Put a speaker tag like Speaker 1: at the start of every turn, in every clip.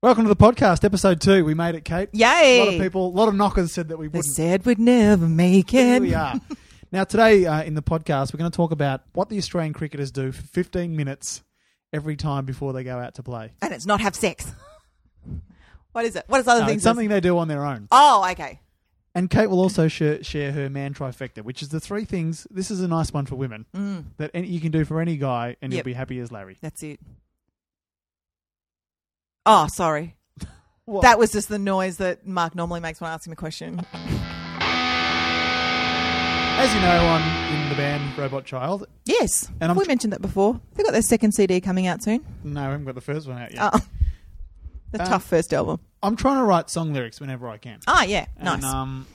Speaker 1: Welcome to the podcast, episode two. We made it, Kate.
Speaker 2: Yay.
Speaker 1: A lot of people, a lot of knockers said that we
Speaker 2: They
Speaker 1: wouldn't.
Speaker 2: said we'd never make
Speaker 1: Here
Speaker 2: it.
Speaker 1: we are. Now, today uh, in the podcast, we're going to talk about what the Australian cricketers do for 15 minutes every time before they go out to play.
Speaker 2: And it's not have sex. What is it? What is other
Speaker 1: No,
Speaker 2: things?
Speaker 1: it's something they do on their own.
Speaker 2: Oh, okay.
Speaker 1: And Kate will also share, share her man trifecta, which is the three things. This is a nice one for women that any, you can do for any guy, and
Speaker 2: Yep.
Speaker 1: you'll be happy as Larry.
Speaker 2: Mm, That's it. Oh, sorry.
Speaker 1: What?
Speaker 2: That was just the noise that Mark normally makes when I ask him a question.
Speaker 1: As you know, I'm in the band Robot Child.
Speaker 2: Yes.
Speaker 1: And I'm
Speaker 2: we
Speaker 1: tr-
Speaker 2: mentioned that before. They've got their second CD coming out soon.
Speaker 1: No, I haven't got the first one out yet.
Speaker 2: Oh. The
Speaker 1: Um,
Speaker 2: tough first album.
Speaker 1: I'm trying to write song lyrics whenever I can.
Speaker 2: Ah, yeah.
Speaker 1: And,
Speaker 2: Nice.
Speaker 1: Um,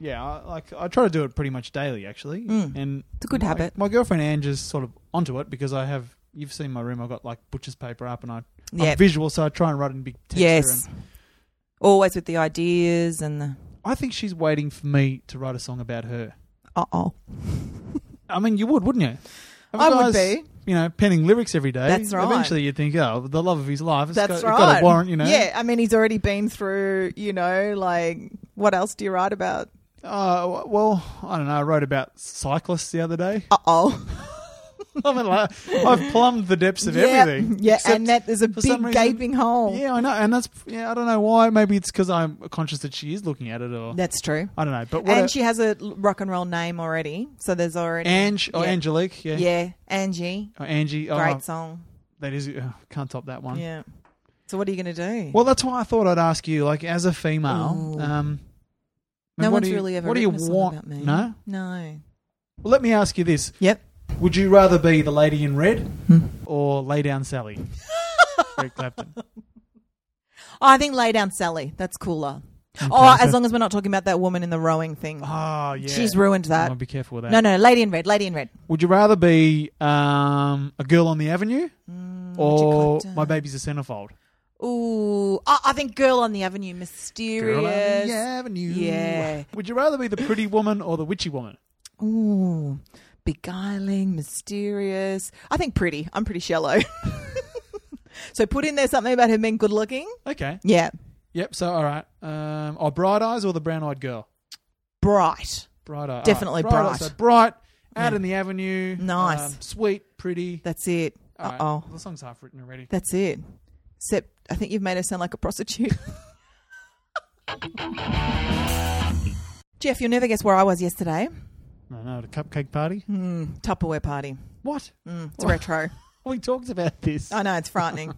Speaker 1: yeah, I, like I try to do it pretty much daily, actually. And
Speaker 2: It's a good
Speaker 1: my,
Speaker 2: Mm. habit.
Speaker 1: My girlfriend Ange is sort of onto it because I have. You've seen my room. I've got like butcher's paper up, and I, I'm
Speaker 2: Yep.
Speaker 1: visual, so I try and write in big text.
Speaker 2: Yes.
Speaker 1: And
Speaker 2: Always with the ideas and the.
Speaker 1: I think she's waiting for me to write a song about her.
Speaker 2: Uh oh.
Speaker 1: I mean, you would, wouldn't you? Have
Speaker 2: I
Speaker 1: a
Speaker 2: would
Speaker 1: guy's,
Speaker 2: be.
Speaker 1: You know, penning lyrics every day.
Speaker 2: That's right.
Speaker 1: Eventually, you'd think, oh, the love of his life. It's
Speaker 2: That's
Speaker 1: got,
Speaker 2: right.
Speaker 1: it's got a warrant, you know.
Speaker 2: Yeah, I mean, he's already been through, you know, like, what else do you write about?
Speaker 1: Uh, w- well, I don't know. I wrote about cyclists the other day.
Speaker 2: Uh oh.
Speaker 1: I mean, like, I've plumbed the depths of everything.
Speaker 2: Yeah,
Speaker 1: except-
Speaker 2: and that is a
Speaker 1: for
Speaker 2: big
Speaker 1: some reason-
Speaker 2: gaping hole.
Speaker 1: Yeah, I know, and that's yeah. I don't know why. Maybe it's because I'm conscious that she is looking at it, or
Speaker 2: That's true.
Speaker 1: I don't know. But what
Speaker 2: And
Speaker 1: a-
Speaker 2: she has a l- rock and roll name already, so there's already
Speaker 1: Ange or
Speaker 2: yeah.
Speaker 1: Angelique, yeah,
Speaker 2: Yeah, Angie,
Speaker 1: or Angie. Oh,
Speaker 2: great song.
Speaker 1: that is uh, can't top that one.
Speaker 2: Yeah. So what are you going to do?
Speaker 1: Well, that's why I thought I'd ask you, like, as a female, um,
Speaker 2: Ooh.
Speaker 1: I
Speaker 2: no
Speaker 1: mean, what
Speaker 2: one's
Speaker 1: do you-
Speaker 2: really ever
Speaker 1: What do you
Speaker 2: written a song
Speaker 1: want?
Speaker 2: about me.
Speaker 1: No.
Speaker 2: No.
Speaker 1: Well, let me ask you this:
Speaker 2: Yep.
Speaker 1: Would you rather be the lady in red
Speaker 2: Hmm.
Speaker 1: or lay down Sally? Eric Clapton.
Speaker 2: Oh, I think lay down Sally. That's cooler.
Speaker 1: Okay,
Speaker 2: Oh,
Speaker 1: so-
Speaker 2: as long as we're not talking about that woman in the rowing thing.
Speaker 1: Oh, yeah.
Speaker 2: She's ruined
Speaker 1: Oh,
Speaker 2: that.
Speaker 1: be careful with that.
Speaker 2: No, no, lady in red, lady in red.
Speaker 1: Would you rather be um, a girl on the avenue
Speaker 2: Mm,
Speaker 1: or
Speaker 2: Clapton.
Speaker 1: my baby's a centerfold?
Speaker 2: Ooh, I, I think girl on the avenue, mysterious.
Speaker 1: avenue.
Speaker 2: Yeah.
Speaker 1: Would you rather be the pretty woman or the witchy woman?
Speaker 2: Ooh, beguiling, mysterious. I think pretty. I'm pretty shallow. so put in there something about her being good looking.
Speaker 1: Okay.
Speaker 2: Yeah,
Speaker 1: Yep. So, all right. Um, oh, bright eyes or the brown eyed girl?
Speaker 2: bright.
Speaker 1: Bright eyes.
Speaker 2: Definitely
Speaker 1: bright. eyes.
Speaker 2: bright.
Speaker 1: So bright. Out in the avenue. Um,
Speaker 2: Nice.
Speaker 1: sweet, pretty.
Speaker 2: That's it.
Speaker 1: All
Speaker 2: Uh
Speaker 1: right.
Speaker 2: oh,
Speaker 1: The song's half written already.
Speaker 2: that's it. Except I think you've made her sound like a prostitute. Jeff, you'll never guess where I was yesterday.
Speaker 1: No, no, the cupcake party.
Speaker 2: Hmm. Tupperware party.
Speaker 1: What?
Speaker 2: Mm, it's retro.
Speaker 1: We talked about this.
Speaker 2: I know it's frightening.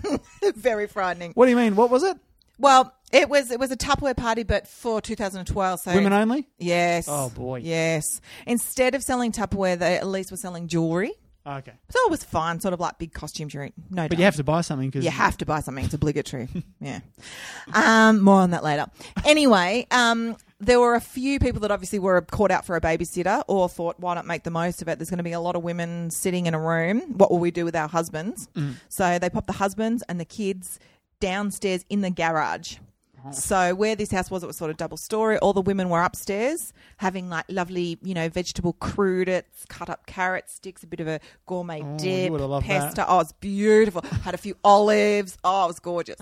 Speaker 2: Very frightening.
Speaker 1: What do you mean? What was it?
Speaker 2: Well, it was it was a Tupperware party, but for 2012. So
Speaker 1: Women only?
Speaker 2: Yes.
Speaker 1: Oh, boy.
Speaker 2: Yes. Instead of selling Tupperware, they at least were selling jewelry.
Speaker 1: Oh, Okay.
Speaker 2: So it was fun, sort of like big costume jewelry. No,
Speaker 1: But
Speaker 2: doubt.
Speaker 1: you have to buy something because
Speaker 2: You have to buy something. It's obligatory. yeah. Um, more on that later. Anyway, um, there were a few people that obviously were caught out for a babysitter or thought, why not make the most of it? There's going to be a lot of women sitting in a room. What will we do with our husbands?
Speaker 1: Mm.
Speaker 2: So they popped the husbands and the kids downstairs in the garage.
Speaker 1: Oh.
Speaker 2: So where this house was, it was sort of double story. All the women were upstairs having like lovely, you know, vegetable crudites, cut up carrot sticks, a bit of a gourmet
Speaker 1: Oh, you
Speaker 2: dip,
Speaker 1: would've loved that.
Speaker 2: pesto. Oh, it's beautiful. Had a few olives. Oh, it was gorgeous.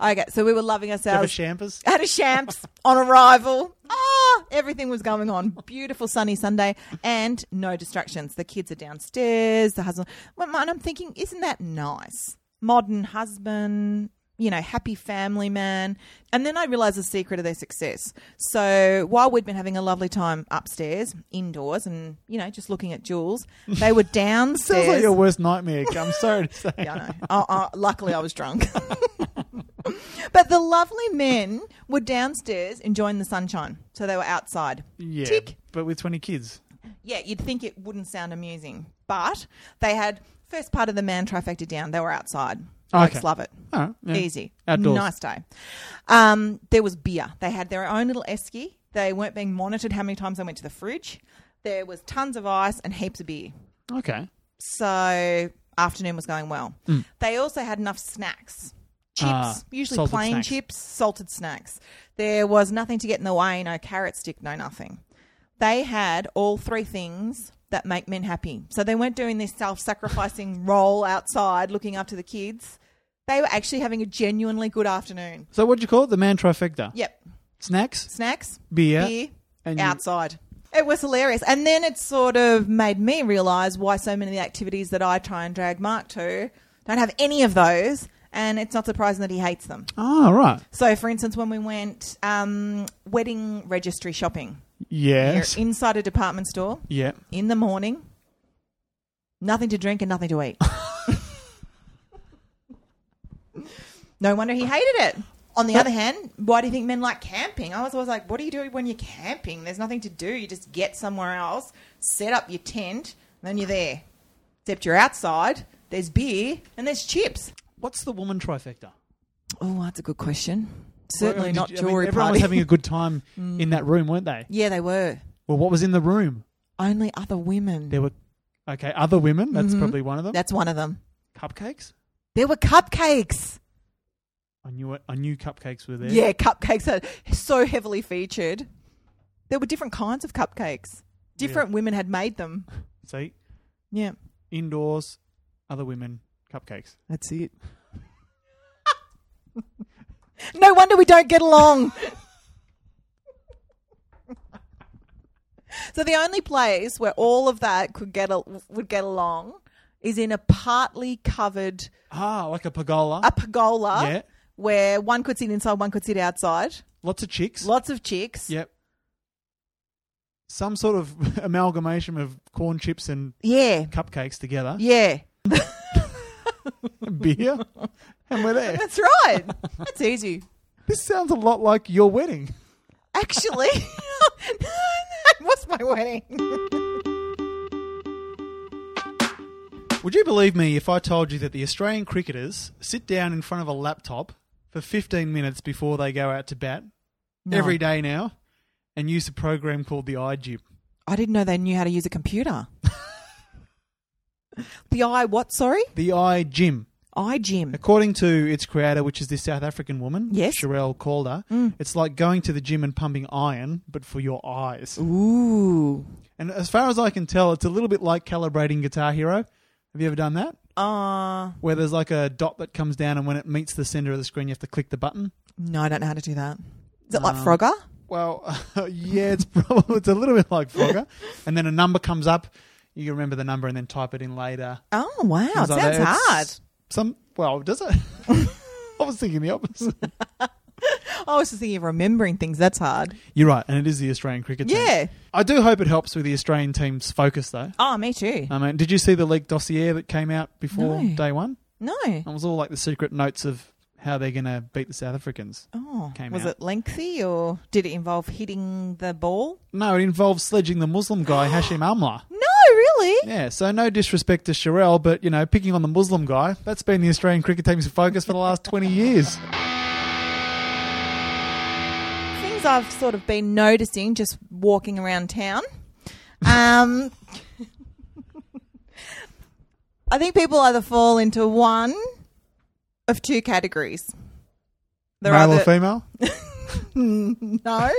Speaker 2: Okay, so we were loving
Speaker 1: have a
Speaker 2: ourselves.
Speaker 1: champers.
Speaker 2: Had a champs on arrival. Ah, everything was going on. Beautiful sunny Sunday and no distractions. The kids are downstairs. The husband. Well, mine, I'm thinking, isn't that nice? Modern husband. You know, happy family man. And then I realised the secret of their success. So while we'd been having a lovely time upstairs, indoors, and, you know, just looking at jewels, they were downstairs.
Speaker 1: Sounds like your worst nightmare. I'm sorry to say.
Speaker 2: Yeah, I know. Uh, uh, luckily, I was drunk. but the lovely men were downstairs enjoying the sunshine, so they were outside.
Speaker 1: Yeah,
Speaker 2: Tick.
Speaker 1: but with 20 kids.
Speaker 2: Yeah, you'd think it wouldn't sound amusing, but they had first part of the man trifecta down. They were outside. Blokes
Speaker 1: Okay.
Speaker 2: love it.
Speaker 1: All right, yeah.
Speaker 2: Easy.
Speaker 1: Outdoors.
Speaker 2: Nice day. Um, there was beer. They had their own little esky. They weren't being monitored how many times they went to the fridge. There was tons of ice and heaps of beer.
Speaker 1: Okay.
Speaker 2: So afternoon was going well. They also had enough snacks.
Speaker 1: Mm.
Speaker 2: Chips,
Speaker 1: Ah,
Speaker 2: usually
Speaker 1: salted
Speaker 2: plain
Speaker 1: snacks.
Speaker 2: chips, salted snacks. There was nothing to get in the way, no carrot stick, no nothing. They had all three things that make men happy. So they weren't doing this self sacrificing role outside looking after the kids. They were actually having a genuinely good afternoon.
Speaker 1: So what'd you call it? The man trifecta.
Speaker 2: Yep.
Speaker 1: Snacks,
Speaker 2: Snacks,
Speaker 1: beer,
Speaker 2: beer,
Speaker 1: and
Speaker 2: outside. It was hilarious. And then it sort of made me realise why so many of the activities that I try and drag Mark to don't have any of those. And it's not surprising that he hates them.
Speaker 1: Oh, right.
Speaker 2: So, for instance, when we went um, wedding registry shopping,
Speaker 1: Yes.
Speaker 2: you're inside a department store
Speaker 1: yeah.
Speaker 2: in the morning, nothing to drink and nothing to eat. no wonder he hated it. On the other hand, why do you think men like camping? I was always like, what do you do when you're camping? There's nothing to do. You just get somewhere else, set up your tent, and then you're there. Except you're outside, there's beer, and there's chips.
Speaker 1: What's the woman trifecta?
Speaker 2: Oh, that's a good question.
Speaker 1: Well, I
Speaker 2: Certainly
Speaker 1: mean,
Speaker 2: not
Speaker 1: did you- I mean,
Speaker 2: jewelry
Speaker 1: Everyone
Speaker 2: party. Mm.
Speaker 1: was having a good time in that room, weren't they?
Speaker 2: yeah, they were.
Speaker 1: Well, what was in the room?
Speaker 2: Only other women.
Speaker 1: There were okay, other women. That's
Speaker 2: Mm-hmm.
Speaker 1: probably one of them.
Speaker 2: That's one of them.
Speaker 1: cupcakes.
Speaker 2: There were cupcakes.
Speaker 1: I knew it. I knew cupcakes were there.
Speaker 2: Yeah, cupcakes are so heavily featured. There were different kinds of cupcakes. Different women had made them.
Speaker 1: See,
Speaker 2: Yeah.
Speaker 1: indoors, other women, cupcakes.
Speaker 2: That's it. no wonder we don't get along. so the only place where all of that could get al- would get along is in a partly covered
Speaker 1: Ah, like a pergola.
Speaker 2: a pergola
Speaker 1: Yeah.
Speaker 2: where one could sit inside, one could sit outside.
Speaker 1: Lots of chicks.
Speaker 2: Lots of chicks.
Speaker 1: Yep. Some sort of amalgamation of corn chips and
Speaker 2: Yeah.
Speaker 1: cupcakes together.
Speaker 2: Yeah.
Speaker 1: Beer, and we're there.
Speaker 2: That's right. That's easy.
Speaker 1: This sounds a lot like your wedding.
Speaker 2: Actually, that was my wedding.
Speaker 1: Would you believe me if I told you that the Australian cricketers sit down in front of a laptop for 15 minutes before they go out to bat every day now and use a program called the iGym?
Speaker 2: I didn't know they knew how to use a computer. the eye what, sorry?
Speaker 1: The iGym.
Speaker 2: Eye gym.
Speaker 1: According to its creator, which is this South African woman,
Speaker 2: Yes.
Speaker 1: Sherelle Calder, it's like going to the gym and pumping iron, but for your eyes.
Speaker 2: Ooh.
Speaker 1: And as far as I can tell, it's a little bit like calibrating Guitar Hero. Have you ever done that?
Speaker 2: Uh
Speaker 1: Where there's like a dot that comes down, and when it meets the center of the screen, you have to click the button.
Speaker 2: no, I don't know how to do that. Is it like Frogger?
Speaker 1: Well, yeah, it's probably it's a little bit like Frogger, and then a number comes up. You remember the number and then type it in later.
Speaker 2: Oh wow,
Speaker 1: Things
Speaker 2: sounds
Speaker 1: like that. It's
Speaker 2: hard.
Speaker 1: Some well, does it? I was thinking the opposite.
Speaker 2: Oh, I was just thinking of remembering things, that's hard.
Speaker 1: You're right, and it is the Australian cricket team.
Speaker 2: Yeah.
Speaker 1: I do hope it helps with the Australian team's focus, though.
Speaker 2: Oh, me too.
Speaker 1: I mean, did you see the leaked dossier that came out before
Speaker 2: No.
Speaker 1: day one?
Speaker 2: no.
Speaker 1: It was all like the secret notes of how they're going to beat the South Africans.
Speaker 2: Oh.
Speaker 1: Came
Speaker 2: Was
Speaker 1: out.
Speaker 2: it lengthy or did it involve hitting the ball?
Speaker 1: No, it involves sledging the Muslim guy Hashim Amla.
Speaker 2: No, really?
Speaker 1: Yeah, so no disrespect to Sherelle, but you know, picking on the Muslim guy, that's been the Australian cricket team's focus for the last 20 years.
Speaker 2: things I've sort of been noticing just walking around town. Um, I think people either fall into one of two categories. They're
Speaker 1: Male or
Speaker 2: either-
Speaker 1: female?
Speaker 2: no.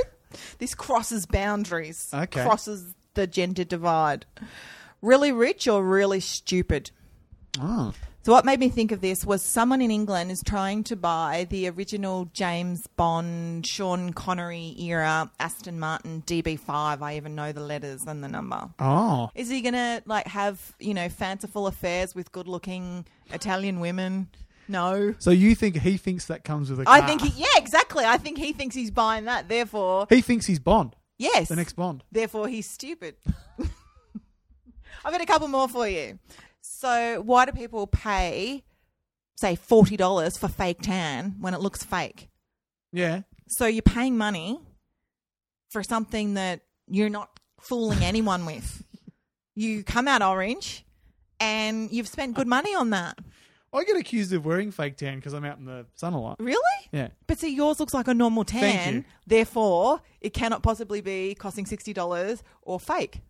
Speaker 2: This crosses boundaries.
Speaker 1: Okay.
Speaker 2: Crosses the gender divide. Really rich or really stupid.
Speaker 1: Oh.
Speaker 2: So what made me think of this was someone in England is trying to buy the original James Bond, Sean Connery era Aston Martin DB5. I even know the letters and the number.
Speaker 1: Oh.
Speaker 2: Is he gonna like have you know fanciful affairs with good-looking Italian women? No.
Speaker 1: So you think he thinks that comes with a car?
Speaker 2: I think he, yeah, exactly. I think he thinks he's buying that. Therefore,
Speaker 1: He thinks he's Bond,
Speaker 2: yes.
Speaker 1: the next Bond.
Speaker 2: Therefore, he's stupid. I've got a couple more for you. So, why do people pay, say, $40 for fake tan when it looks fake?
Speaker 1: Yeah.
Speaker 2: So, you're paying money for something that you're not fooling anyone with. You come out orange and you've spent good money on that.
Speaker 1: I get accused of wearing fake tan because I'm out in the sun a lot.
Speaker 2: Really?
Speaker 1: Yeah.
Speaker 2: But see, yours looks like a normal tan.
Speaker 1: Thank you.
Speaker 2: Therefore, it cannot possibly be costing $60 or fake.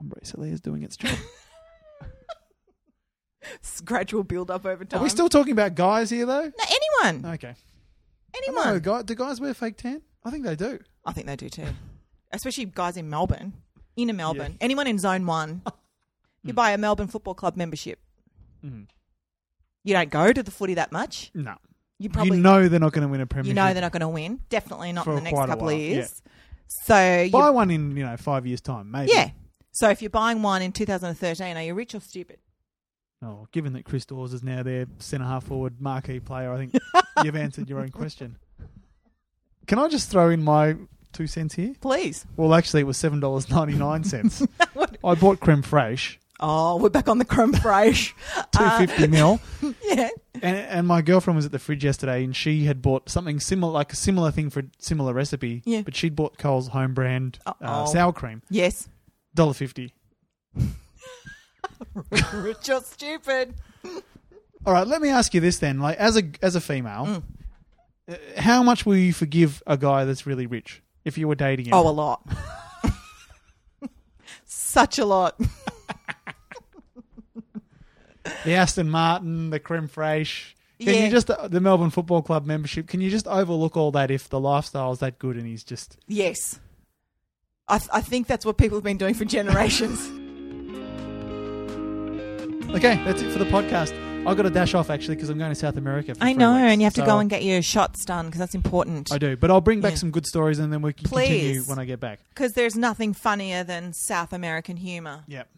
Speaker 1: Ombre Soleil is doing its job.
Speaker 2: It's gradual build up over time.
Speaker 1: Are we still talking about guys here, though?
Speaker 2: No, anyone.
Speaker 1: Okay.
Speaker 2: Anyone.
Speaker 1: No, guy, do guys wear fake tan? I think they do.
Speaker 2: I think they do too. Especially guys in Melbourne, inner Melbourne.
Speaker 1: Hmm.
Speaker 2: Anyone in Zone One, you buy a Melbourne Football Club membership. You don't go to the footy that much.
Speaker 1: Mm-hmm. No.
Speaker 2: You probably
Speaker 1: you
Speaker 2: you know,
Speaker 1: know they're not going to win a premiership.
Speaker 2: they're not going to win. Definitely not in
Speaker 1: For
Speaker 2: the next
Speaker 1: quite a
Speaker 2: couple of
Speaker 1: while, yeah.
Speaker 2: years. So you,
Speaker 1: Buy one in, you know, five years' time, maybe.
Speaker 2: yeah. So if you're buying one in 2013, are you rich or stupid?
Speaker 1: Oh, given that Chris Dawes is now their centre half forward marquee player, I think you've answered your own question. Can I just throw in my two cents here?
Speaker 2: Please.
Speaker 1: Well, actually, it was seven dollars ninety nine cents. I bought creme fraiche,
Speaker 2: Oh, we're back on the creme fraiche.
Speaker 1: two fifty mil,
Speaker 2: yeah.
Speaker 1: and and my girlfriend was at the fridge yesterday, and she had bought something similar, like a similar thing for a similar recipe.
Speaker 2: Yeah.
Speaker 1: But she'd bought Cole's home brand uh,
Speaker 2: Uh-oh.
Speaker 1: sour cream,
Speaker 2: Yes.
Speaker 1: dollar fifty.
Speaker 2: rich or stupid.
Speaker 1: All right, let me ask you this then: like, as a as a female,
Speaker 2: Mm.
Speaker 1: uh, how much will you forgive a guy that's really rich if you were dating him?
Speaker 2: Oh, a lot. Such a lot.
Speaker 1: the Aston Martin, the creme fraiche. Can
Speaker 2: Yeah.
Speaker 1: you just uh, the Melbourne Football Club membership? Can you just overlook all that if the lifestyle's that good and he's just
Speaker 2: Yes. I, th- I think that's what people have been doing for generations.
Speaker 1: okay? That's it for the podcast. I've got to dash off actually because I'm going to South America. For
Speaker 2: I
Speaker 1: three
Speaker 2: know,
Speaker 1: weeks.
Speaker 2: and you have to
Speaker 1: So
Speaker 2: go and get your shots done because that's important.
Speaker 1: I do, but I'll bring back
Speaker 2: Yeah.
Speaker 1: some good stories and then we can continue
Speaker 2: Please.
Speaker 1: when I get back.
Speaker 2: Because there's nothing funnier than South American humour.
Speaker 1: Yep.